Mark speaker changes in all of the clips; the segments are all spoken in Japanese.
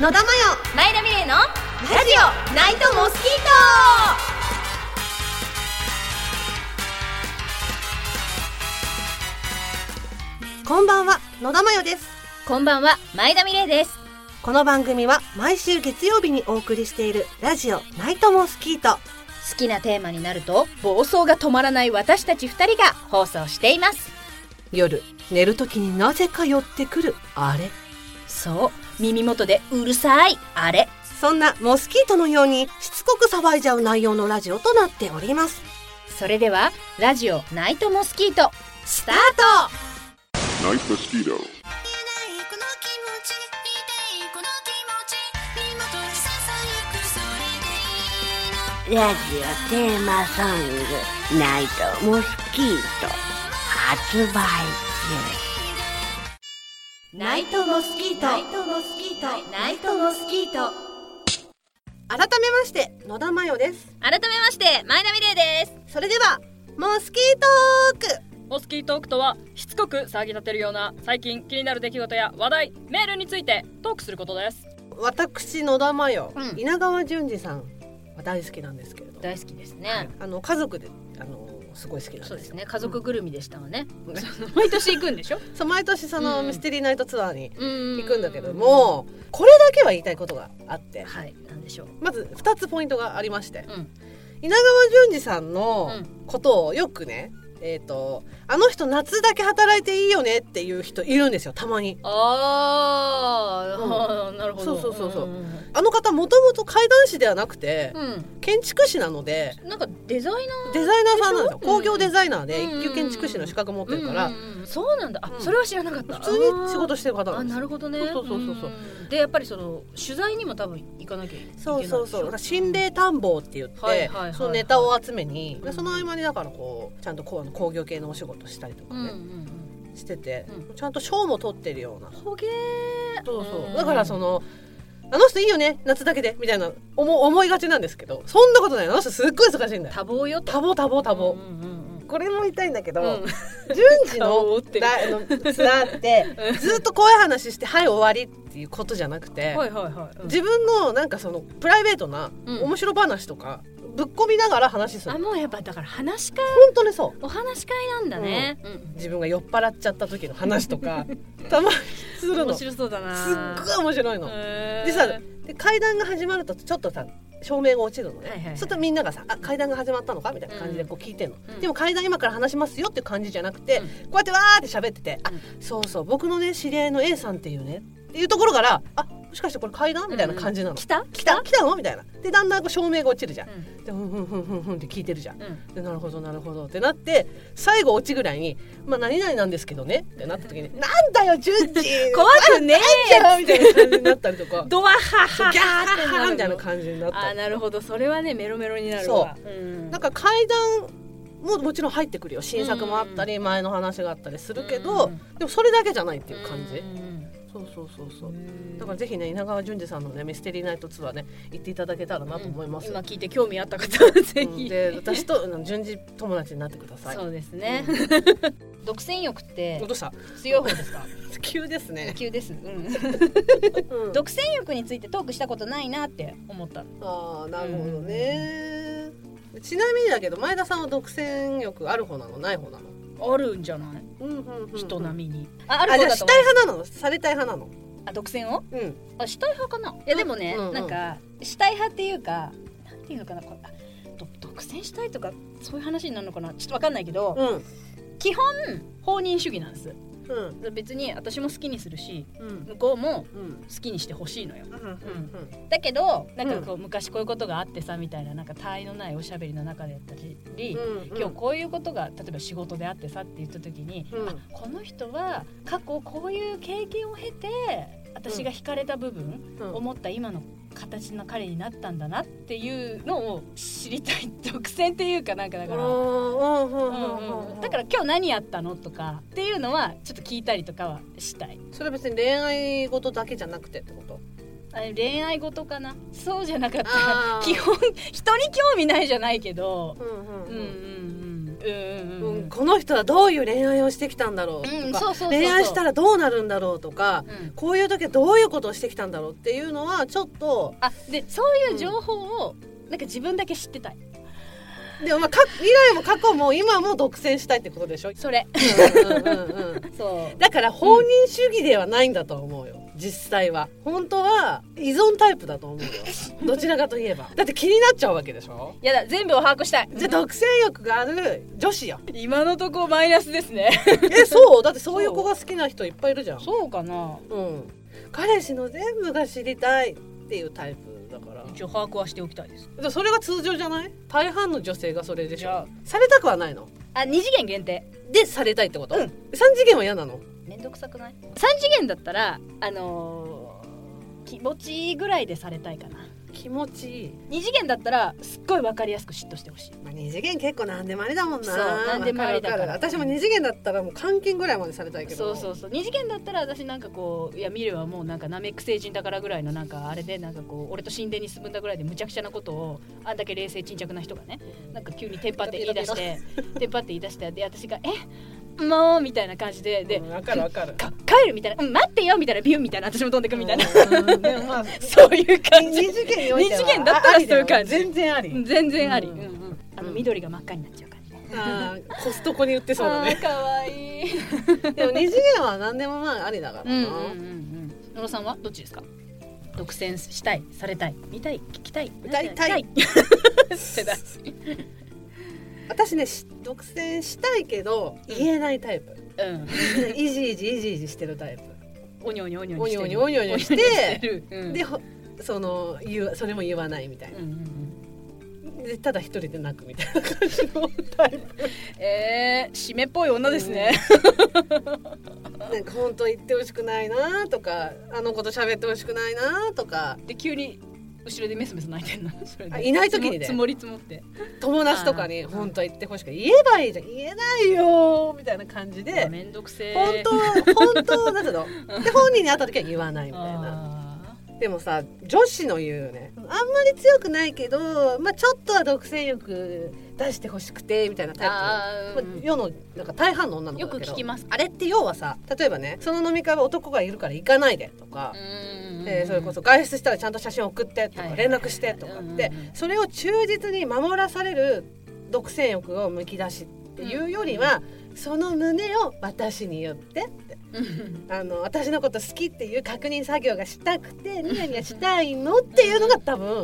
Speaker 1: 野田真
Speaker 2: 前田美玲のラ
Speaker 1: 代ラジオナイトモスキートこんばんは野田真代です
Speaker 2: こんばんは前田美玲です
Speaker 1: この番組は毎週月曜日にお送りしているラジオナイトモスキート
Speaker 2: 好きなテーマになると暴走が止まらない私たち2人が放送しています
Speaker 1: 夜寝るときになぜか寄ってくるあれ
Speaker 2: そう耳元でうるさいあれ
Speaker 1: そんなモスキートのようにしつこく騒いじゃう内容のラジオとなっております
Speaker 2: それではラジオナイトモスキート
Speaker 1: スタート
Speaker 3: Night Mosquito.
Speaker 4: 言えないこの気持ちいていいこの気持ち今とささやくそれでいい
Speaker 5: ラジオテーマソング「ナイトモスキート」発売中。
Speaker 2: ナイトモスキートナイトモスキートナイトモスキート
Speaker 1: 改めまして野田真代です
Speaker 2: 改めまして前田美玲です
Speaker 1: それではモスキートーク
Speaker 6: モスキートークとはしつこく騒ぎ立てるような最近気になる出来事や話題メールについてトークすることです
Speaker 1: 私野田真代、
Speaker 2: うん
Speaker 1: 稲川淳二さんは大好きなんですけれど
Speaker 2: 大好きですね、
Speaker 1: あの家族であのすごい好きなんです
Speaker 2: そ
Speaker 1: よ
Speaker 2: うですね家族ぐるみでしたわね、その毎年行くんでしょ
Speaker 1: そう毎年その、
Speaker 2: うん
Speaker 1: ミステリーナイトツアーに
Speaker 2: 行
Speaker 1: 行くんだけども、これだけは言いたいことがあって
Speaker 2: はいなんでしょう
Speaker 1: まず2つポイントがありまして、
Speaker 2: うん
Speaker 1: 稲川淳二さんの
Speaker 2: うん
Speaker 1: ことをよくねえー、とあの人夏だけ働いていいよねっていう人いるんですよたまに
Speaker 2: ああ、 なるほど
Speaker 1: そうそうそうそうんあの方もともと怪談師ではなくて、
Speaker 2: うん
Speaker 1: 建築士なので
Speaker 2: なんかデザイナ
Speaker 1: デザイナーさんなんですよ
Speaker 2: でしょ
Speaker 1: 工業デザイナーで
Speaker 2: うん
Speaker 1: 一級建築士の資格持って
Speaker 2: ー
Speaker 1: るから、
Speaker 2: うんうんうんそうなんだあ、
Speaker 1: うん
Speaker 2: それは知らなかった
Speaker 1: 普通に仕事してる方
Speaker 2: あー
Speaker 1: な
Speaker 2: あ
Speaker 1: んです
Speaker 2: な
Speaker 1: よ
Speaker 2: るほどね
Speaker 1: そうそうそうそうん
Speaker 2: でやっぱりその取材にも多分行かなきゃいけないでしょ
Speaker 1: そうそうそうだから心霊探訪って言って、
Speaker 2: はいはいはい
Speaker 1: そのネタを集めに、
Speaker 2: うん
Speaker 1: その合間にだからこうちゃんとこうあの工業系のお仕事したりとか
Speaker 2: うんうんう
Speaker 1: ね、
Speaker 2: ん
Speaker 1: してて、
Speaker 2: う
Speaker 1: ちゃんと賞も取ってるような
Speaker 2: ほげー
Speaker 1: そうそう、
Speaker 2: うん
Speaker 1: だからそのあの人いいよね夏だけでみたいな思思いがちなんですけどそんなことないあの人すっごい忙しいんだよ
Speaker 2: 多忙よ
Speaker 1: 多忙多忙多忙、
Speaker 2: うんうんうん
Speaker 1: これも言いたいんだけど、
Speaker 2: うん
Speaker 1: 順次
Speaker 6: 顔を打
Speaker 1: の
Speaker 6: ってる
Speaker 1: だあのツアーってずっとこういう話して「はい終わり」っていうことじゃなくて、
Speaker 2: はいはいはい、うん
Speaker 1: 自分のなんかそのプライベートな
Speaker 2: うん
Speaker 1: 面白話とか、ぶっ込みながら話する
Speaker 2: あ
Speaker 1: 本
Speaker 2: もうやっぱだから話し会
Speaker 1: 当にそう
Speaker 2: お話し会なんだね、うん
Speaker 1: 自分が酔っ払っちゃった時の話と かたまにするの
Speaker 2: 面
Speaker 1: すっ
Speaker 2: 白そうだな
Speaker 1: ごい面白いの。
Speaker 2: へー
Speaker 1: でさで階段が始まるとちょっとさ照明が落ちるのね、
Speaker 2: はいはいは
Speaker 1: そう
Speaker 2: い
Speaker 1: するとみんながさ「あ階段が始まったのか?」みたいな感じでこう聞いてんの、
Speaker 2: うん
Speaker 1: でも階段今から話しますよっていう感じじゃなくて、
Speaker 2: うん
Speaker 1: こうやってわーって喋ってて「
Speaker 2: うん
Speaker 1: あそうそう僕のね知り合いの A さんっていうね」っていうところから「あもしかしてこれ階段?」みたいな感じなの、
Speaker 2: 来た
Speaker 1: 来た来たのみたいなでだんだんこう照明が落ちるじゃん、
Speaker 2: う
Speaker 1: でふんふんふんふんふんって聞いてるじゃん
Speaker 2: うん
Speaker 1: でなるほどなるほどってなって最後落ちぐらいに「まあ何々なんですけどね」ってなった時に「なんだよ順 次
Speaker 2: 怖くね
Speaker 1: じゃん!」みたいな感じになったりとか
Speaker 2: えドアハ
Speaker 1: そう
Speaker 2: ハ
Speaker 1: ギャーってな
Speaker 2: る
Speaker 1: みたいな感じになっ
Speaker 2: あ
Speaker 1: た
Speaker 2: ーなるほどそれはねメロメロになるわそう、ん、
Speaker 1: なんか階段ももちろん入ってくるよ新作もあったり前の話があったりするけ
Speaker 2: う
Speaker 1: ど
Speaker 2: ん
Speaker 1: でもそれだけじゃないっていう感じ
Speaker 2: じ
Speaker 1: そうそうそうそうだからぜひね稲川淳二さんのねミステリーナイトツアーね行っていただけたらなと思います、
Speaker 2: 今聞いて興味あった方はぜ
Speaker 1: うん
Speaker 2: ひ
Speaker 1: で私とうん順次友達になってください
Speaker 2: そうですね 独占欲って
Speaker 1: おどうした
Speaker 2: 強い方です か
Speaker 1: 急ですね、
Speaker 2: 急です、 うん、
Speaker 1: うん
Speaker 2: 独占欲についてトークしたことないなって思った
Speaker 1: ああなるほどね、ちなみにだけど前田さんは独占欲ある方なのない方なの、
Speaker 2: あるんじゃない
Speaker 1: うんうんうん
Speaker 2: 人
Speaker 1: み
Speaker 2: 並みにああ
Speaker 1: あ
Speaker 2: る方
Speaker 1: じゃあ
Speaker 2: だ
Speaker 1: した
Speaker 2: と
Speaker 1: い
Speaker 2: 思う
Speaker 1: 派なのされたい派なの
Speaker 2: あ独占を
Speaker 1: うん
Speaker 2: あ死体派かないやでもね、
Speaker 1: うんうん
Speaker 2: なんか死体派っていうかなんていうのかなこれあど独占したいとかそういう話になるのかなちょっとわかんないけど、
Speaker 1: うん
Speaker 2: 基本放任主義なんです
Speaker 1: うん
Speaker 2: 別に私も好きにするし
Speaker 1: うん
Speaker 2: 向こうも
Speaker 1: うん
Speaker 2: 好きにしてほしいのよ
Speaker 1: うんうん
Speaker 2: だけどなんかこう、昔こういうことがあってさみたいななんか他愛のないおしゃべりの中でやったり、
Speaker 1: うん
Speaker 2: 今日こういうことが例えば仕事であってさって言った時に、
Speaker 1: うん
Speaker 2: あこの人は過去こういう経験を経て私が惹かれた部分、
Speaker 1: うん
Speaker 2: 思った今の形の彼になったんだなっていうのを知りたい独占っていうかなんかだから。
Speaker 1: うんう
Speaker 2: うん
Speaker 1: うん
Speaker 2: ん
Speaker 1: う
Speaker 2: うんん、だからら今日何やったのとかっていうのはちょっと聞いたりとかはしたい
Speaker 1: それは別に恋愛事だけじゃなくてってこと
Speaker 2: あ恋愛事かなそうじゃなかった
Speaker 1: あ
Speaker 2: ら
Speaker 1: ー
Speaker 2: 基本人に興味ないじゃないけど
Speaker 1: うんうん
Speaker 2: うんうんうんう
Speaker 1: う
Speaker 2: んうんん
Speaker 1: この人はどういう恋愛をしてきたんだろうとか、
Speaker 2: うんそうそうそうそう
Speaker 1: 恋愛したらどうなるんだろうとか、
Speaker 2: うん
Speaker 1: こういう時はどういうことをしてきたんだろうっていうのはちょっと
Speaker 2: あでそういう情報をなんか自分だけ知ってたい
Speaker 1: でもまあか未来も過去も今も独占したいってことでしょ、
Speaker 2: それ
Speaker 1: うんうんうんうん
Speaker 2: そう
Speaker 1: だから放任主義ではないんだと思うよ、実際は本当は依存タイプだと思うよどちらかといえばだって気になっちゃうわけでしょ
Speaker 2: やだ全部を把握したい
Speaker 1: じゃあ独占欲がある女子よ
Speaker 6: 今のとこマイナスですね
Speaker 1: えそうだってそういう子が好きな人いっぱいいるじゃん
Speaker 2: そうかな
Speaker 1: うん、彼氏の全部が知りたいっていうタイプだから
Speaker 6: 一応把握はしておきたいです
Speaker 1: でもそれが通常じゃない大半の女性がそれでし
Speaker 6: じゃ
Speaker 1: ょされたくはないの
Speaker 2: あ二次元限定
Speaker 1: でされたいってこと、
Speaker 2: うん
Speaker 1: 3次元は嫌なの
Speaker 2: めんどくさくない三次元だったらあのー気持ちいいぐらいでされたいかな
Speaker 1: 気持ちいい、
Speaker 2: 二次元だったらすっごいわかりやすく嫉妬してほしい
Speaker 1: まあ、2次元結構何でもありだもんな
Speaker 2: そう何でもありだから
Speaker 1: わるわる私も2次元だったらもう監禁ぐらいまでされたいけ
Speaker 2: そ
Speaker 1: ど
Speaker 2: うそうそう二次元だったら私なんかこういや見るはもうなんかナメック星人だからぐらいのなんかあれでなんかこう俺と神殿に進んだぐらいでむちゃくちゃなことをあんだけ冷静沈着な人がねなんか急にテンパって言い出してテンパって言い出してで私が「えもう」みたいな感じでで
Speaker 1: うんわかるわかる
Speaker 2: 「か帰る」みたいな「うん待ってよ」みたいなビュンみたいな私も飛んでくみたいな
Speaker 1: うんでも まあ
Speaker 2: そういう感
Speaker 1: 2
Speaker 2: じ
Speaker 1: 次元においては
Speaker 2: 二次元だったらそういう感じ
Speaker 1: ありだよ全然あり、
Speaker 2: 全然あり、
Speaker 1: う
Speaker 2: うんんうんあの
Speaker 1: うん
Speaker 2: 緑が真っ赤になっちゃう感じね
Speaker 1: あーコストコに売ってそうだね
Speaker 2: あーかわいい
Speaker 1: でも2次元は何でもまあありだから
Speaker 2: うんうん
Speaker 1: な、
Speaker 2: うん うん野呂さんはどっちですか独占したいされたい見たい聞きたい
Speaker 1: 歌いたい
Speaker 2: 見世代
Speaker 1: 私ねし独占したいけど言えないタイプ、
Speaker 2: うん
Speaker 1: イジイジイジイジしてるタイプ
Speaker 2: おにょおにょおにょ
Speaker 1: お
Speaker 2: に
Speaker 1: に
Speaker 2: して
Speaker 1: ょ
Speaker 2: る
Speaker 1: にょおにょにょし
Speaker 2: して
Speaker 1: て
Speaker 2: るうん
Speaker 1: でほその言うそれも言わないみたい
Speaker 2: うんうんうん
Speaker 1: なでただ一人で泣くみたいな感じのタイ プ
Speaker 2: えー、締めっぽい女ですね、
Speaker 1: なんか本当言ってほしくないなとかあの子と喋ってほしくないなとか
Speaker 2: で急に後ろでメスメス泣いてんなそれで
Speaker 1: あいない時にね
Speaker 2: 積もり積もって
Speaker 1: 友達とかに
Speaker 2: あー
Speaker 1: 本当は言ってほしくない言えばいいじゃん言えないよーみたいな感じで
Speaker 2: めんどくせえ
Speaker 1: 本当本当なんだろ うで本人に会った時は言わないみたいな。
Speaker 2: あ
Speaker 1: でもさ女子の言うよねあんまり強くないけど、まあ、ちょっとは独占欲出してほしくてみたいな
Speaker 2: ー
Speaker 1: タイプ
Speaker 2: あー、
Speaker 1: まあ世のなんか大半の女の子だけど
Speaker 2: よく聞きます
Speaker 1: あれって要はさ例えばねその飲み会は男がいるから行かないでとか、
Speaker 2: うん
Speaker 1: えーそれこそ外出したらちゃんと写真送ってとか、
Speaker 2: はい
Speaker 1: 連絡してとかって、
Speaker 2: うんうんうん
Speaker 1: それを忠実に守らされる独占欲をむき出しっていうよりは、その胸を私に言ってってあの私のこと好きっていう確認作業がしたくてニヤニヤしたいのっていうのが多分
Speaker 2: はい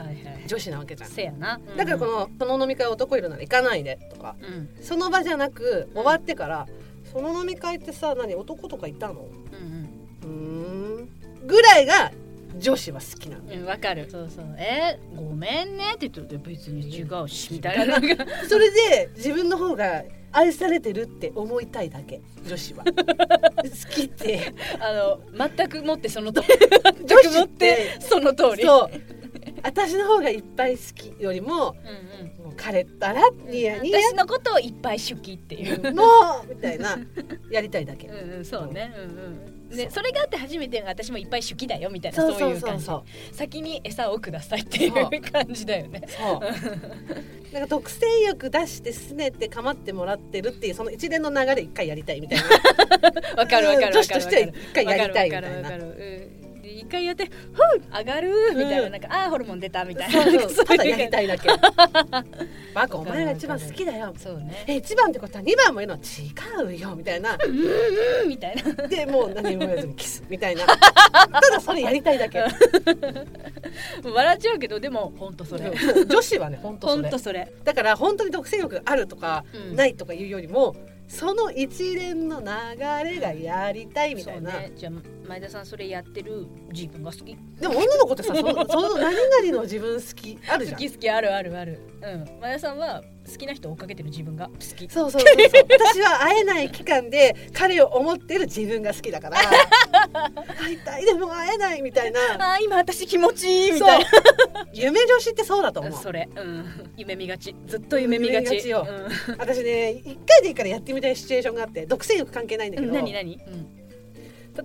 Speaker 2: はい
Speaker 1: 女子なわけじゃん。
Speaker 2: せやな
Speaker 1: だからこの「その飲み会男いるなら行かないで」とか
Speaker 2: うんうん
Speaker 1: その場じゃなく終わってから「その飲み会ってさ何男とかいたの?
Speaker 2: うん」
Speaker 1: うーんぐらいが女子は好きな の。
Speaker 2: うんうんわかるそうそうえーごめんねって言って別に違うしみたい ななんか
Speaker 1: それで自分の方が愛されてるって思いたいだけ女子は好きって
Speaker 2: あの全くもってその通り
Speaker 1: 女
Speaker 2: 全くも
Speaker 1: 子
Speaker 2: っ
Speaker 1: って
Speaker 2: てその通り
Speaker 1: そう私の方がいっぱい好きよりも
Speaker 2: うんうん
Speaker 1: もう彼ったらニヤニヤ
Speaker 2: 私のことをいっぱい好きっていう
Speaker 1: のみたいなやりたいだけ。
Speaker 2: うんうんそうねうんうんねそれがあって初めて私もいっぱい手記だよみたいな
Speaker 1: そ
Speaker 2: そうう
Speaker 1: そ
Speaker 2: いうう
Speaker 1: そ
Speaker 2: 感
Speaker 1: う
Speaker 2: じ
Speaker 1: そう。
Speaker 2: 先に餌をくださいってい
Speaker 1: そう
Speaker 2: う感じだよね
Speaker 1: そう。なんか独占欲出して拗ねて構ってもらってるっていうその一連の流れ一回やりたいみたいな。
Speaker 2: わかるわかるわかる
Speaker 1: 女子としては一回やりたいみたい
Speaker 2: わ
Speaker 1: な。
Speaker 2: かるわかるわかるうんで一回やって「ふう上がる」みたいななんか「あーホルモン出た」みたいな
Speaker 1: そうそう。ただやり
Speaker 2: い
Speaker 1: たいだけ。バカお前が一番好きだよ。
Speaker 2: そうね
Speaker 1: え一番ってことは二番もいいの違うよみたい な。
Speaker 2: うんみたいな
Speaker 1: でもう何も言わずにキスみたいな。ただそれやりたいだけ。
Speaker 2: 笑っちゃうけどでも本当それ
Speaker 1: うん女子はね本当そ
Speaker 2: 本
Speaker 1: れ
Speaker 2: 当。それ
Speaker 1: だから本当に独占欲があるとか
Speaker 2: うん
Speaker 1: ないとかいうよりも、その一連の流れがやりたいみたいな、
Speaker 2: そうねじゃあ前田さんそれやってる自分が好き
Speaker 1: でも女の子ってさそのその何々の自分好きあるじ
Speaker 2: 好
Speaker 1: ゃん
Speaker 2: き好きあるあるあるうん前田さんは好きな人を追っかけてる自分が好き
Speaker 1: そうそうそうそう私は会えない期間で彼を思ってる自分が好きだから会いたいでも会えないみたいな
Speaker 2: あー今私気持ちいいみ
Speaker 1: そ
Speaker 2: たいうな
Speaker 1: 夢女子ってそうだと
Speaker 2: そ
Speaker 1: 思う
Speaker 2: れ、うん、夢見がちずっと夢見がち
Speaker 1: 夢見がち
Speaker 2: うん
Speaker 1: 私ね一回でいいからやってみたいシチュエーションがあって独占欲関係ないんだけど
Speaker 2: 何
Speaker 1: 例
Speaker 2: 何うん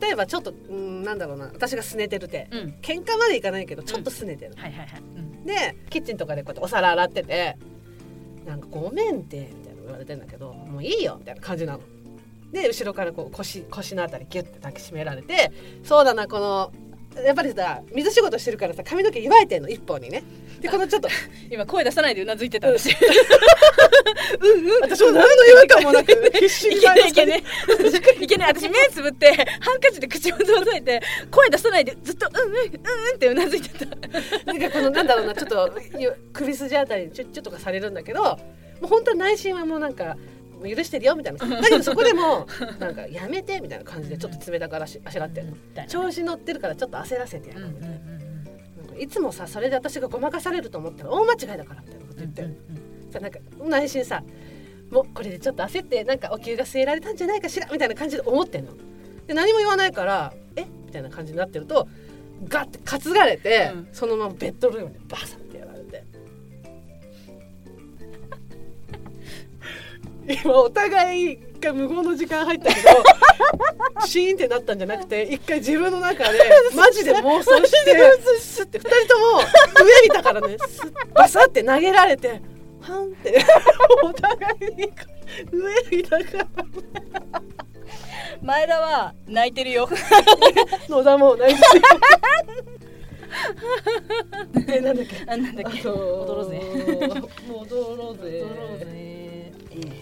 Speaker 1: えばちょっとうんなんだろうな私が拗ねてる手
Speaker 2: うん
Speaker 1: 喧嘩までいかないけどちょっと拗ねてる、
Speaker 2: はいはいはい、うん
Speaker 1: でキッチンとかでこうやってお皿洗ってて「なんかごめんって」みたいな言われてんだけどもういいよみたいな感じなの。で後ろからこう腰腰のあたりギュッて抱きしめられてそうだなこのやっぱりさ水仕事してるからさ髪の毛祝えてんの一本にね。でこのちょっと
Speaker 2: 今声出さないでうなずいてた私
Speaker 1: 私も何の違和感もなく必死に
Speaker 2: いけねいけね いけね私目つぶってハンカチで口元を押さえて声出さないでずっとうんうんうんうんってうなずいてた
Speaker 1: なんかこのなんだろうなちょっと首筋あたりにチュッチュとかされるんだけどもう本当に内心はもうなんかもう許してるよみたいなだけどそこでもなんかやめてみたいな感じでちょっと冷たからしあしらってるの調子乗ってるからちょっと焦らせてや
Speaker 2: うん
Speaker 1: る
Speaker 2: う
Speaker 1: み
Speaker 2: ん
Speaker 1: たいななんかいつもさそれで私がごまかされると思ったら大間違いだからみたいなこと
Speaker 2: うんう
Speaker 1: 言って、
Speaker 2: ん
Speaker 1: さなんか内心さもうこれでちょっと焦ってなんかお給が据えられたんじゃないかしらみたいな感じで思ってんので何も言わないからえみたいな感じになってるとガッて担がれて、
Speaker 2: うん
Speaker 1: そのままベッドルームでバサッてやられて 今お互い一回無言の時間入ったけど シーンってなったんじゃなくて一回自分の 中でマジで妄想してスッて2人とも上見たからねスッバサッて投げられてハンって お互いに上見たから
Speaker 2: 前田は泣いてるよ
Speaker 1: 野田も同じですよえなんだっけ
Speaker 2: あなんだっけ踊ろうぜ
Speaker 1: 戻ろうぜ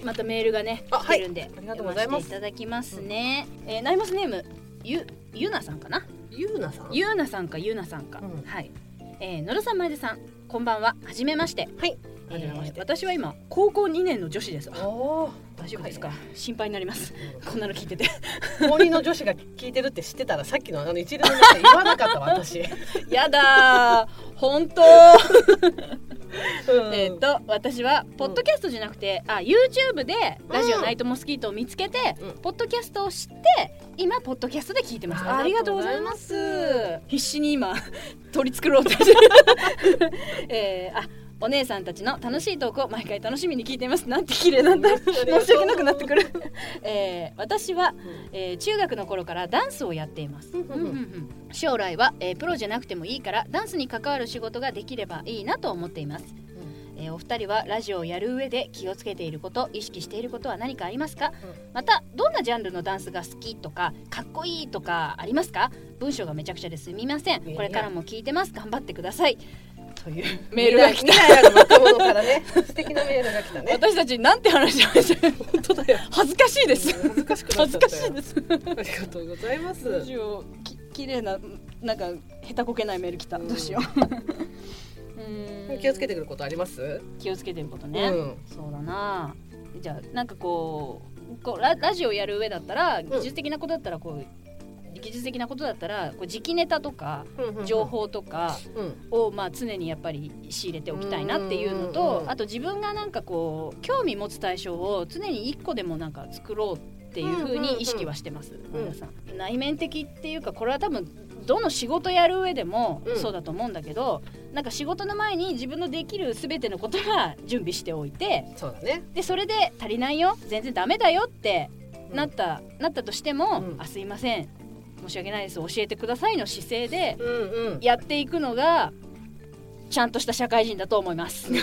Speaker 2: またメールがね
Speaker 1: あ
Speaker 2: 来てるんで、
Speaker 1: はいありがとうございます
Speaker 2: 読せていただきますね、えーナイモスネームゆゆなさんかな
Speaker 1: ゆうなさん
Speaker 2: ゆうなさんかゆうなさんか、
Speaker 1: うん
Speaker 2: はい、えー、野呂さん前田さんこんばんははじめまして
Speaker 1: はい
Speaker 2: え
Speaker 1: はじめまし
Speaker 2: ー
Speaker 1: て
Speaker 2: 私は今高校2年の女子ですあ
Speaker 1: お
Speaker 2: 大丈夫ですか、心配になりますこんなの聞いて て
Speaker 1: 森の女子が聞いてるって知ってたらさっきのあの一連の中で言わなかったわ私
Speaker 2: やだー本当えっと私はポッドキャストじゃなくて、あ YouTube でラジオナイトモスキートを見つけて、
Speaker 1: うん
Speaker 2: ポッドキャストを知って今ポッドキャストで聞いてます
Speaker 1: あ
Speaker 2: ありがとうございます必死に 今取り繕ろうとして えーあお姉さんたちの楽しいトークを毎回楽しみに聞いていますなんて綺麗なんだ申し訳なくなってくる、えー私は、えー中学の頃からダンスをやっています
Speaker 1: うんうんうん
Speaker 2: 将来は、えープロじゃなくてもいいからダンスに関わる仕事ができればいいなと思っています、えーお二人はラジオをやる上で気をつけていること意識していることは何かありますか、またどんなジャンルのダンスが好きとかかっこいいとかありますか文章がめちゃくちゃですみません
Speaker 1: いや
Speaker 2: これからも聞いてます頑張ってくださいという
Speaker 1: メ
Speaker 2: メー
Speaker 1: ー
Speaker 2: ル
Speaker 1: ル
Speaker 2: が
Speaker 1: が
Speaker 2: 来
Speaker 1: 来
Speaker 2: た
Speaker 1: た未来の若者からね素敵なメールが来たね
Speaker 2: 私たちなんて話しました
Speaker 1: 本当だよ
Speaker 2: 恥ずかしいです
Speaker 1: 恥ずかしくなっち
Speaker 2: 恥ず
Speaker 1: ゃ
Speaker 2: か
Speaker 1: っ
Speaker 2: しいです
Speaker 1: たよありがとうございます
Speaker 2: ラジオき綺麗ななんか下手こけないメール来た、
Speaker 1: うん
Speaker 2: どうしよううーん
Speaker 1: 気をつけてくることあります
Speaker 2: 気をつけてることね、
Speaker 1: うん
Speaker 2: そうだなじゃあなんかこうこうララジオやる上だったら技術的なことだったらこう、技術的なことだったらこう時期ネタとか情報とか
Speaker 1: うん
Speaker 2: をまあ常にやっぱり仕入れておきたいなっていうのと
Speaker 1: うん
Speaker 2: あと自分がなんかこう興味持つ対象を常に1個でもなんか作ろうっていうふうに意識はしてます、
Speaker 1: うん
Speaker 2: 皆さん内面的っていうかこれは多分どの仕事やる上でも
Speaker 1: うん
Speaker 2: そうだと思うんだけど、なんか仕事の前に自分のできる全てのことは準備しておいて
Speaker 1: そうだね
Speaker 2: でそれで足りないよ全然ダメだよってなった、なったとしても、
Speaker 1: うん
Speaker 2: あすいません申し訳ないです教えてくださいの姿勢で
Speaker 1: うんうん
Speaker 2: やっていくのがちゃんとした社会人だと思います。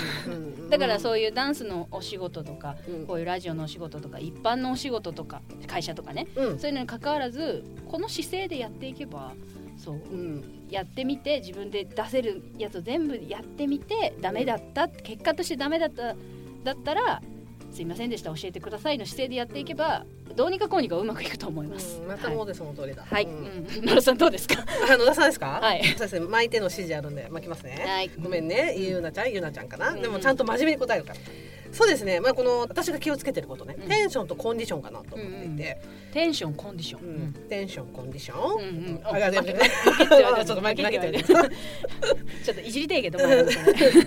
Speaker 2: だからそうういうダンスのお仕事とか
Speaker 1: いう
Speaker 2: こういうラジオのお仕事とか一般のお仕事とか会社とかね
Speaker 1: うん
Speaker 2: そういうのに関わらずこの姿勢でやっていけばそう
Speaker 1: うん
Speaker 2: やってみて自分で出せるやつを全部やってみてダメだった結果としてダメだっただったらすいませんでした教えてくださいの姿勢でやっていけばどうにかこうにかうまくいくと思います。
Speaker 1: またもうでその通りだ
Speaker 2: はい、は
Speaker 1: う
Speaker 2: い
Speaker 1: ん
Speaker 2: うん 野呂さんどうですか。
Speaker 1: あ野田さんですか
Speaker 2: はい
Speaker 1: そうですね巻いての指示あるんで巻きますね
Speaker 2: はい
Speaker 1: ごめんねゆうなちゃんゆうなちゃんかな
Speaker 2: うん
Speaker 1: でもちゃんと真面目に答えるからそうですねまあこの私が気をつけてることね
Speaker 2: うん
Speaker 1: テンションとコンディションかなと思っていて
Speaker 2: テンションコンディション。
Speaker 1: うんテンションコンディショ
Speaker 2: う
Speaker 1: ン
Speaker 2: んうん
Speaker 1: あやべやべ
Speaker 2: 負け負けって言わ
Speaker 1: ち
Speaker 2: れてる
Speaker 1: ょっと負け負けって言われてる
Speaker 2: ちょっといじりたいけど、前田さん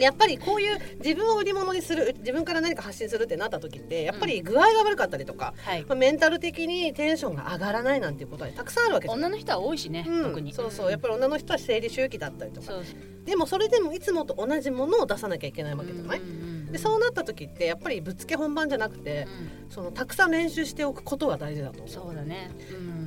Speaker 1: やっぱりこういう自分を売り物にする自分から何か発信するってなった時ってやっぱり具合が悪かったりとか、
Speaker 2: はい。
Speaker 1: まあ、メンタル的にテンションが上がらないなんていうことはたくさんあるわけじゃん
Speaker 2: 女の人は多いしね、
Speaker 1: うん
Speaker 2: 特に。
Speaker 1: そうそうやっぱり女の人は生理周期だったりとか
Speaker 2: そう
Speaker 1: でもそれでもいつもと同じものを出さなきゃいけないわけじゃない、
Speaker 2: うんうんうん
Speaker 1: でそうなった時ってやっぱりぶっつけ本番じゃなくてそのたくさん練習しておくことが大事だと思う
Speaker 2: そうだね、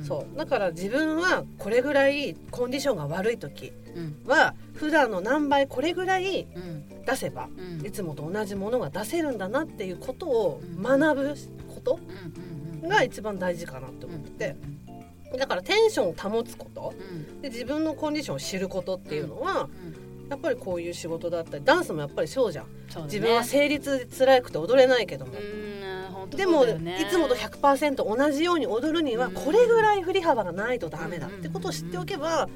Speaker 2: うん、
Speaker 1: そうだから自分はこれぐらいコンディションが悪い時
Speaker 2: うん
Speaker 1: は普段の何倍これぐらい
Speaker 2: うん
Speaker 1: 出せば
Speaker 2: うん
Speaker 1: いつもと同じものが出せるんだなっていうことを学ぶこと
Speaker 2: うんうん
Speaker 1: が一番大事かなって思っててだからテンションを保つこと
Speaker 2: うん
Speaker 1: で自分のコンディションを知ることっていうのは
Speaker 2: うん
Speaker 1: やっぱりこういう仕事だったりダンスもやっぱりそうじゃん
Speaker 2: そうだね
Speaker 1: 自分は生理痛で辛くて踊れないけども
Speaker 2: うん本当
Speaker 1: で
Speaker 2: そ
Speaker 1: も
Speaker 2: うだよ
Speaker 1: い
Speaker 2: ね
Speaker 1: つもと100%同じように踊るには
Speaker 2: うん
Speaker 1: これぐらい振り幅がないとダメだってことを知っておけば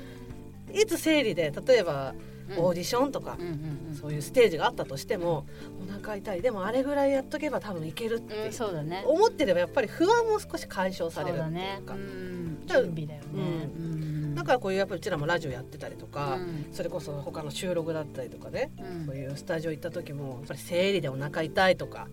Speaker 1: いつ生理で例えばオーディションとか
Speaker 2: うんうんうん
Speaker 1: そういうステージがあったとしてもお腹痛いでもあれぐらいやっとけば多分いけるって
Speaker 2: うんそうだね
Speaker 1: 思ってればやっぱり不安も少し解消されるっていうか
Speaker 2: そうだねうん
Speaker 1: だから
Speaker 2: 準備だよね
Speaker 1: うだからこういうやっぱりうちらもラジオやってたりとかそれこそ他の収録だったりとかねそういうスタジオ行った時もやっぱり生理でお腹痛いとか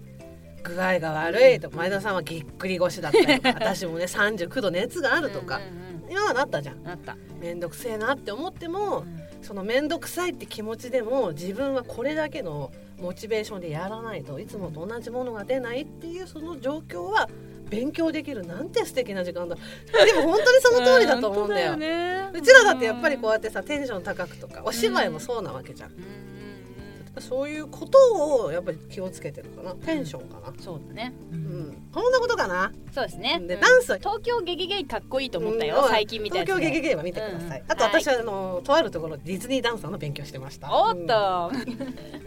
Speaker 1: 具合が悪いとか前田さんはぎっくり腰だったりとか私 もね39度熱があるとか今はなったじゃん
Speaker 2: あった
Speaker 1: 面倒くせえなって思ってもその面倒くさいって気持ちでも自分はこれだけのモチベーションでやらないといつもと同じものが出ないっていうその状況は勉強できるなんて素敵な時間 だでも本当にその通りだと思うんだよ。うちらだってやっぱりこうやってさテンション高くとかお芝居もそうなわけじゃん
Speaker 2: うんうんうん
Speaker 1: そういうことをやっぱり気をつけてるかなテンションかな、
Speaker 2: そうだねう
Speaker 1: うん
Speaker 2: ん
Speaker 1: こんなことかな、
Speaker 2: そうですね
Speaker 1: で
Speaker 2: うん
Speaker 1: ダンスは
Speaker 2: 東京ゲゲゲイかっこいいと思った
Speaker 1: う
Speaker 2: よ
Speaker 1: ん
Speaker 2: 最近見たやつ
Speaker 1: 東京ゲゲ
Speaker 2: ゲ
Speaker 1: ゲは見てください、
Speaker 2: うん
Speaker 1: あと私はあのとあるところでディズニーダンサーの勉強してました
Speaker 2: おっと
Speaker 1: うん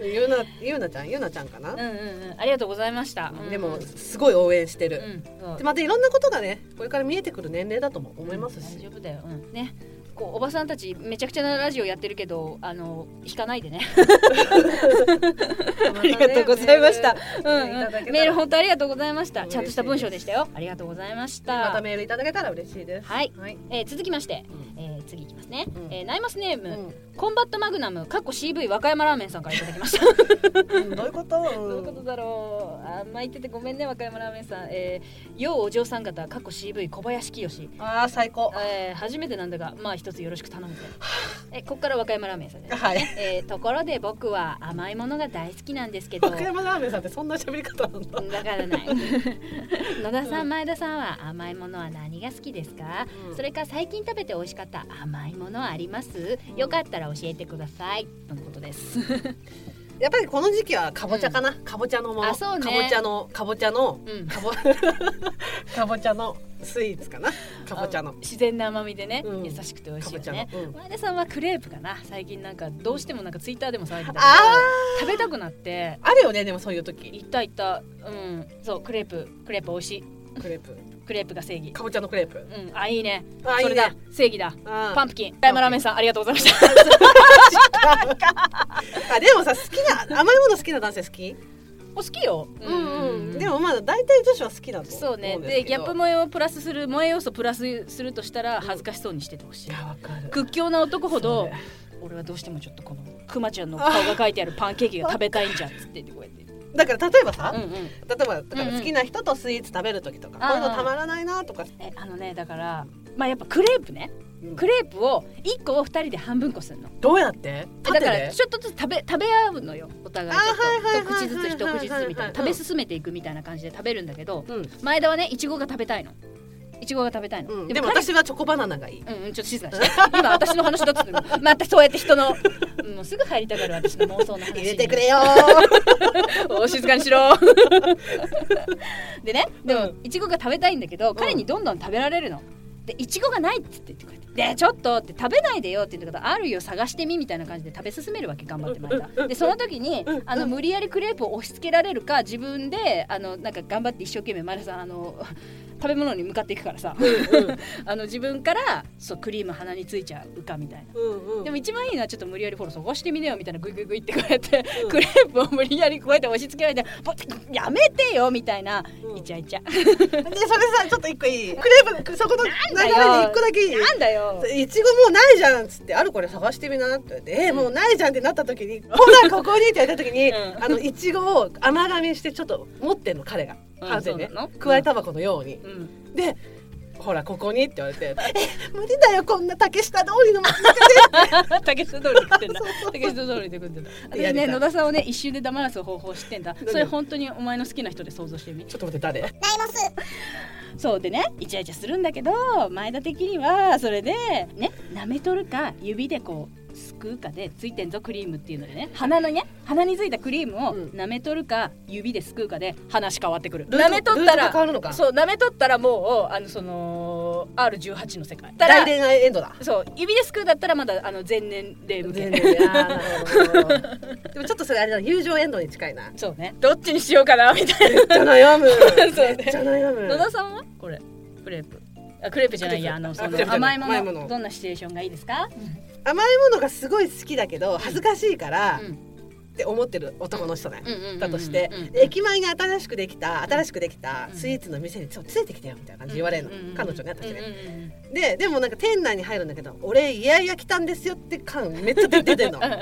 Speaker 1: ゆうなゆうなちゃんゆうなちゃんかな
Speaker 2: うん、うんうんありがとうございましたうん
Speaker 1: でもすごい応援して
Speaker 2: う
Speaker 1: る、
Speaker 2: んそう
Speaker 1: でまたいろんなことがねこれから見えてくる年齢だとも思いますし、
Speaker 2: 大丈夫だよ、うん、ねこうおばさんたちめちゃくちゃなラジオやってるけどあの引かないでねありがとうございました、うんうん
Speaker 1: いただけたら
Speaker 2: メール本当ありがとうございました
Speaker 1: 嬉しいです
Speaker 2: ちゃんとした文章でしたよありがとうございました
Speaker 1: またメールいただけたら嬉しいです
Speaker 2: はい、
Speaker 1: はい、
Speaker 2: えー続きまして、
Speaker 1: う
Speaker 2: えー次いきますね、
Speaker 1: うん
Speaker 2: えーナイマスネーム、
Speaker 1: ん
Speaker 2: コンバットマグナムかっこ CV 和歌山ラーメンさんからいただきました
Speaker 1: うん、どういうこと、
Speaker 2: どういうことだろうあんま言っててごめんね和歌山ラーメンさんえー、ようお嬢さん方かっこ CV 小林清
Speaker 1: ああ最高
Speaker 2: えー、初めてなんだがまあ一つよろしく頼むぜえこっから和歌山ラーメンさ んです、
Speaker 1: はい
Speaker 2: えーところで僕は甘いものが大好きなんですけど
Speaker 1: 和歌山ラーメンさんってそんな喋り方なんだ、
Speaker 2: わから ない野田さん前田さんは甘いものは何が好きですか、
Speaker 1: うん
Speaker 2: それか最近食べて美味しかった甘いものはありますよかったら教えてくださいとのことです
Speaker 1: やっぱりこの時期はかぼちゃかな、かぼちゃのもの
Speaker 2: あそうね
Speaker 1: かぼちゃのかぼちゃの
Speaker 2: うん
Speaker 1: かぼ かぼちゃのスイーツかなかぼちゃの
Speaker 2: あ自然な甘みでね、
Speaker 1: うん
Speaker 2: 優しくて美味
Speaker 1: か
Speaker 2: しい
Speaker 1: ぼ
Speaker 2: よ
Speaker 1: ちゃの
Speaker 2: ね、
Speaker 1: うん
Speaker 2: 前田さんはクレープかな最近なんかどうしてもなんかツイッターでも騒いでたけど
Speaker 1: あ
Speaker 2: 食べたくなって
Speaker 1: あるよねでもそういう時
Speaker 2: 行った行ったうんそうクレープクレープ美味しい
Speaker 1: クレープ
Speaker 2: クレープが正義
Speaker 1: かぼちゃのクレープ
Speaker 2: うんあいいね
Speaker 1: あ
Speaker 2: それだ
Speaker 1: いいね
Speaker 2: 正義だパ
Speaker 1: パ
Speaker 2: ンプキン大山ラーメンさんありがとうございました
Speaker 1: あでもさ好きな甘いもの好きな男性好き
Speaker 2: お好きよ
Speaker 1: でもまだ大体女子は好きだと思
Speaker 2: そううん
Speaker 1: です
Speaker 2: ね
Speaker 1: けど
Speaker 2: でギャップ萌えをプラスする萌え要素プラスするとしたら恥ずかしそうにしててほし
Speaker 1: い
Speaker 2: い
Speaker 1: やわかる
Speaker 2: 屈強な男ほ
Speaker 1: そ
Speaker 2: ど
Speaker 1: れ
Speaker 2: 俺はどうしてもちょっとこのクマちゃんの顔が書いてあるパンケーキが食べたいんじゃんっつってこうやって
Speaker 1: だから例えばさ、
Speaker 2: うんうん
Speaker 1: 例えばだから好きな人とスイーツ食べる時とか、
Speaker 2: うんうん
Speaker 1: こういうのたまらないなとか
Speaker 2: えあのねだからまあやっぱクレープね
Speaker 1: うん
Speaker 2: クレープを1個を2人で半分こすんの
Speaker 1: どうやって
Speaker 2: え
Speaker 1: 縦
Speaker 2: だ
Speaker 1: で
Speaker 2: からちょっとずつ食べ食べ合うのよお互いちょっと
Speaker 1: あーはいはいはいはいはい
Speaker 2: 一口ずつ一口ずつみたい
Speaker 1: うん
Speaker 2: な食べ進めていくみたいな感じで食べるんだけど
Speaker 1: うん
Speaker 2: 前田はねいちごが食べたいのいちごが食べたいの、
Speaker 1: うん、でも私はチョコバナナがいい
Speaker 2: うんうん、ちょっと静かにして今私の話だっつってんのまたそうやって人の、うん、もうすぐ入りたがる私の妄想の話に
Speaker 1: 入れてくれよー
Speaker 2: お静かにしろでねでも、
Speaker 1: う
Speaker 2: いちごが食べたいんだけど彼にどんどん食べられるのでいちごがないっつって言ってくれてでちょっとって食べないでよって言うんだけどあるよ探してみみたいな感じで食べ進めるわけ頑張ってまいたでその時にあの無理やりクレープを押し付けられるか自分であのなんか頑張って一生懸命前田さんあの食べ物に向かっていくからさ あの自分からそうクリーム鼻についちゃうかみたいな
Speaker 1: うんうん
Speaker 2: でも一番いいのはちょっと無理やりフォローそこしてみなよみたいなグイグイグイってこうやって、クレープを無理やりこうやって押し付けられてポチッやめてよみたいな、
Speaker 1: うん
Speaker 2: イチャイチャ
Speaker 1: でそれさちょっと一個いいクレープそこの流れで一個だけいい
Speaker 2: なんだよ
Speaker 1: いちごもうないじゃんっつってあるこれ探してみなって言ってえーもうないじゃんってなった時にほらここにって言われた時に、
Speaker 2: うん
Speaker 1: あのいちごを甘噛みしてちょっと持ってんの彼が
Speaker 2: うん
Speaker 1: ハウでね
Speaker 2: そうなの
Speaker 1: くわえタバコのように、
Speaker 2: うん
Speaker 1: でほらここにって言われて「 え無理だよこんな竹下通りの 真ん中
Speaker 2: 竹下通りで食ってんだ竹下通りで食ってんだ
Speaker 1: や
Speaker 2: 私
Speaker 1: りた
Speaker 2: ね
Speaker 1: い
Speaker 2: 野田さんをね一瞬で黙らす方法を知ってんだ
Speaker 1: 何
Speaker 2: それ本当にお前の好きな人で想像してみ
Speaker 1: ちょっと待って誰
Speaker 2: そうでねイチャイチャするんだけど前田的にはそれでね舐めとるか指でこうすくうかでついてんぞクリームっていうのでね鼻のね鼻についたクリームを
Speaker 1: うん
Speaker 2: 舐めとるか指ですくうかで話変わってくる
Speaker 1: ルート
Speaker 2: 舐めとった
Speaker 1: ルートが変わるの
Speaker 2: ら
Speaker 1: か
Speaker 2: そう舐めとったらもうあのその R18 の世界た
Speaker 1: 大
Speaker 2: ら
Speaker 1: 恋愛エンドだ
Speaker 2: そう指ですくうだったらまだあの前年齢向
Speaker 1: 全
Speaker 2: け
Speaker 1: 然いやーなるほどでもちょっとそれあれだ友情エンドに近いな
Speaker 2: そうね
Speaker 6: どっちにしようかなみたい
Speaker 1: めっちゃ悩む
Speaker 6: そうね
Speaker 1: めっちゃ悩む
Speaker 6: な野田さんはこれクレープあクレープじゃないやあ
Speaker 1: クレ
Speaker 6: の
Speaker 1: ープ
Speaker 6: そ
Speaker 1: あク
Speaker 6: の
Speaker 1: レープ
Speaker 2: 甘いも
Speaker 1: 甘い
Speaker 2: の
Speaker 1: もの
Speaker 2: どんなシチュエーションがいいですか、
Speaker 1: 甘いものがすごい好きだけど恥ずかしいから、
Speaker 2: うん
Speaker 1: って思ってる男の人ね、
Speaker 2: うんうんうんうん
Speaker 1: だとして、
Speaker 2: うんうん
Speaker 1: で駅前に新しくできた新しくできた
Speaker 2: うん
Speaker 1: スイーツの店にちょっとついてきてよみたいな感じで言われるの、
Speaker 2: うんうんうん
Speaker 1: 彼女ね私
Speaker 2: うん
Speaker 1: ね、
Speaker 2: うんうんうん
Speaker 1: ででもなんか店内に入るんだけど俺いやいや来たんですよって感めっちゃ出てるのなんか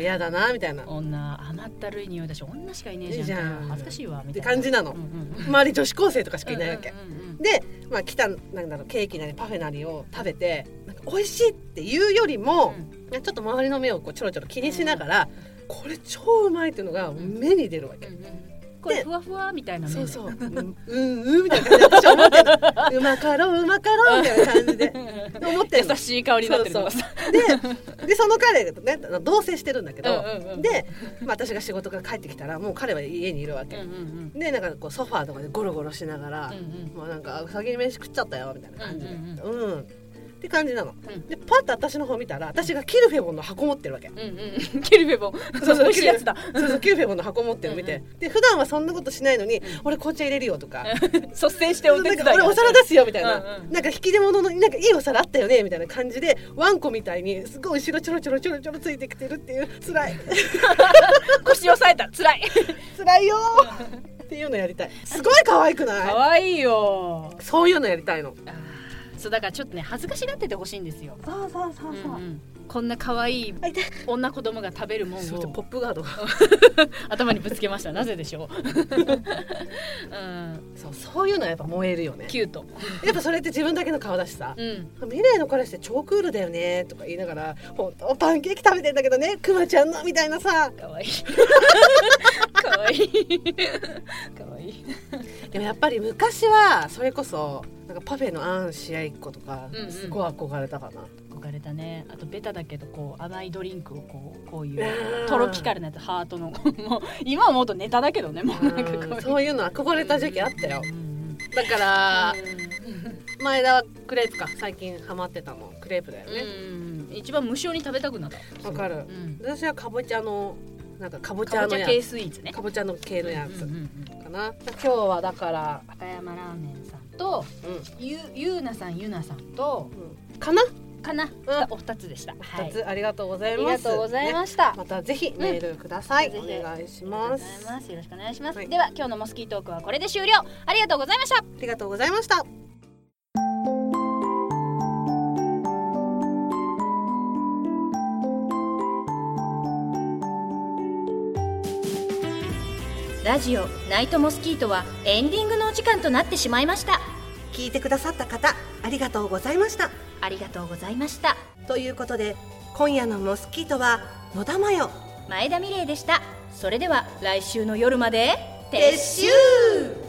Speaker 1: 嫌だなみたいな
Speaker 2: 女甘ったるい匂いだし女しかいねえじゃん
Speaker 1: いいじゃん
Speaker 2: 恥ずかしいわみ
Speaker 1: った
Speaker 2: い
Speaker 1: て
Speaker 2: な
Speaker 1: 感じなの、
Speaker 2: うんうんうん
Speaker 1: 周り女子高生とかしかいないわけ、
Speaker 2: うんうんうん
Speaker 1: で、まあ、来たなんだろうケーキなりパフェなりを食べてなんか美味しいっていうよりも、ちょっと周りの目をこうちょろちょろ気にしながら、これ超うまいっていうのが目に出るわけ、
Speaker 2: うんうんうんこれふわふわみたいなね
Speaker 1: そうそう、うん、うんうんみたいな感じで私は思ってるうまかろううまかろうみたいな感じで思ってるの
Speaker 2: 優しい香りになってるのがさ
Speaker 1: ででその彼とね同棲してるんだけど、
Speaker 2: うんうんうん
Speaker 1: で、まあ、私が仕事から帰ってきたらもう彼は家にいるわけ、
Speaker 2: うんうんうん
Speaker 1: でなんかこうソファーとかでゴロゴロしながら、
Speaker 2: うんうん
Speaker 1: もうなんか先に飯食っちゃったよみたいな感じで
Speaker 2: う
Speaker 1: うんん、って感じなの、
Speaker 2: ん
Speaker 1: でパッと私の方見たら私がキルフェボンの箱持ってるわけ
Speaker 2: うんうんケルベボン美味しいやつだ
Speaker 1: キルフェそうそうキルフェボンの箱持ってるの見て、で普段はそんなことしないのに、俺紅茶入れるよ とか
Speaker 2: 率先してお手伝い
Speaker 1: なんか俺お皿出すよみたいな、
Speaker 2: うんうん
Speaker 1: なんか引き出物のなんかいいお皿あったよねみたいな感じでワンコみたいにすごい後ろちょろちょろちょろちょろついてきてるっていう辛い
Speaker 2: 腰押さえた辛い
Speaker 1: 辛いよーっていうのやりたいすごい可愛くない
Speaker 2: 可愛いよ
Speaker 1: そういうのやりたいの
Speaker 2: そうだからちょっとね恥ずかしがっててほしいんですよ
Speaker 1: そうそうそう
Speaker 2: うんうんこんな可愛い
Speaker 1: あ痛い
Speaker 2: 女子供が食べるもん
Speaker 1: すいません
Speaker 2: を
Speaker 1: ポップガードが
Speaker 2: 頭にぶつけましたなぜでしょう、うん、
Speaker 1: そうそういうのはやっぱ燃えるよね
Speaker 2: キュート、
Speaker 1: やっぱそれって自分だけの顔だしさ
Speaker 2: う、ん、
Speaker 1: 未来の彼氏って超クールだよねとか言いながら本当パンケーキ食べてんだけどねクマちゃんのみたいなさ
Speaker 2: かわいいかわいいかわいい
Speaker 1: でもやっぱり昔はそれこそなんかパフェのあん試合1個とか
Speaker 2: うんうん
Speaker 1: すごい憧れたかな、
Speaker 2: 憧れたねあとベタだけどこう甘いドリンクをこうこういう
Speaker 1: うん
Speaker 2: トロピカルなやつハートのもう今思うとネタだけどねもうなんかこう
Speaker 1: うんそういうの憧れた時期あったよ
Speaker 2: うんうん
Speaker 1: だから前田はクレープか最近ハマってたのクレープだよ
Speaker 2: う
Speaker 1: ね
Speaker 2: ん一番無性に食べたくなった
Speaker 1: わかる
Speaker 2: うん
Speaker 1: 私はかぼちゃのなんかかぼち
Speaker 2: か
Speaker 1: ゃ
Speaker 2: ぼ
Speaker 1: の
Speaker 2: ちゃ
Speaker 1: や
Speaker 2: 系
Speaker 1: つ
Speaker 2: スイーツね
Speaker 1: かぼちゃの系のや
Speaker 2: うんうんう
Speaker 1: つ
Speaker 2: ん
Speaker 1: かな、今日はだから
Speaker 2: 高山ラーメンさんと
Speaker 1: うん、
Speaker 2: ゆゆうなさんゆなさんと
Speaker 1: うん、かな
Speaker 2: かな、
Speaker 1: ん
Speaker 2: お二つでした
Speaker 1: 二つありがとうござ
Speaker 2: あ
Speaker 1: い
Speaker 2: り
Speaker 1: ま
Speaker 2: が
Speaker 1: す。
Speaker 2: とうござい
Speaker 1: ね
Speaker 2: ました、
Speaker 1: またぜひメールください。
Speaker 2: ぜひ
Speaker 1: お願いし
Speaker 2: あり
Speaker 1: ま
Speaker 2: が
Speaker 1: す
Speaker 2: とうございます。よろしくお願いします。
Speaker 1: はい
Speaker 2: では今日のモスキートークはこれで終了。ありがとうございました。
Speaker 1: ありがとうございました。
Speaker 7: ラジオナイトモスキートはエンディングのお時間となってしまいました
Speaker 8: 聞いてくださった方ありがとうございました
Speaker 7: ありがとうございました
Speaker 8: ということで今夜の「モスキート」は野田真代
Speaker 7: 前田美玲でしたそれでは来週の夜まで撤
Speaker 8: 撤収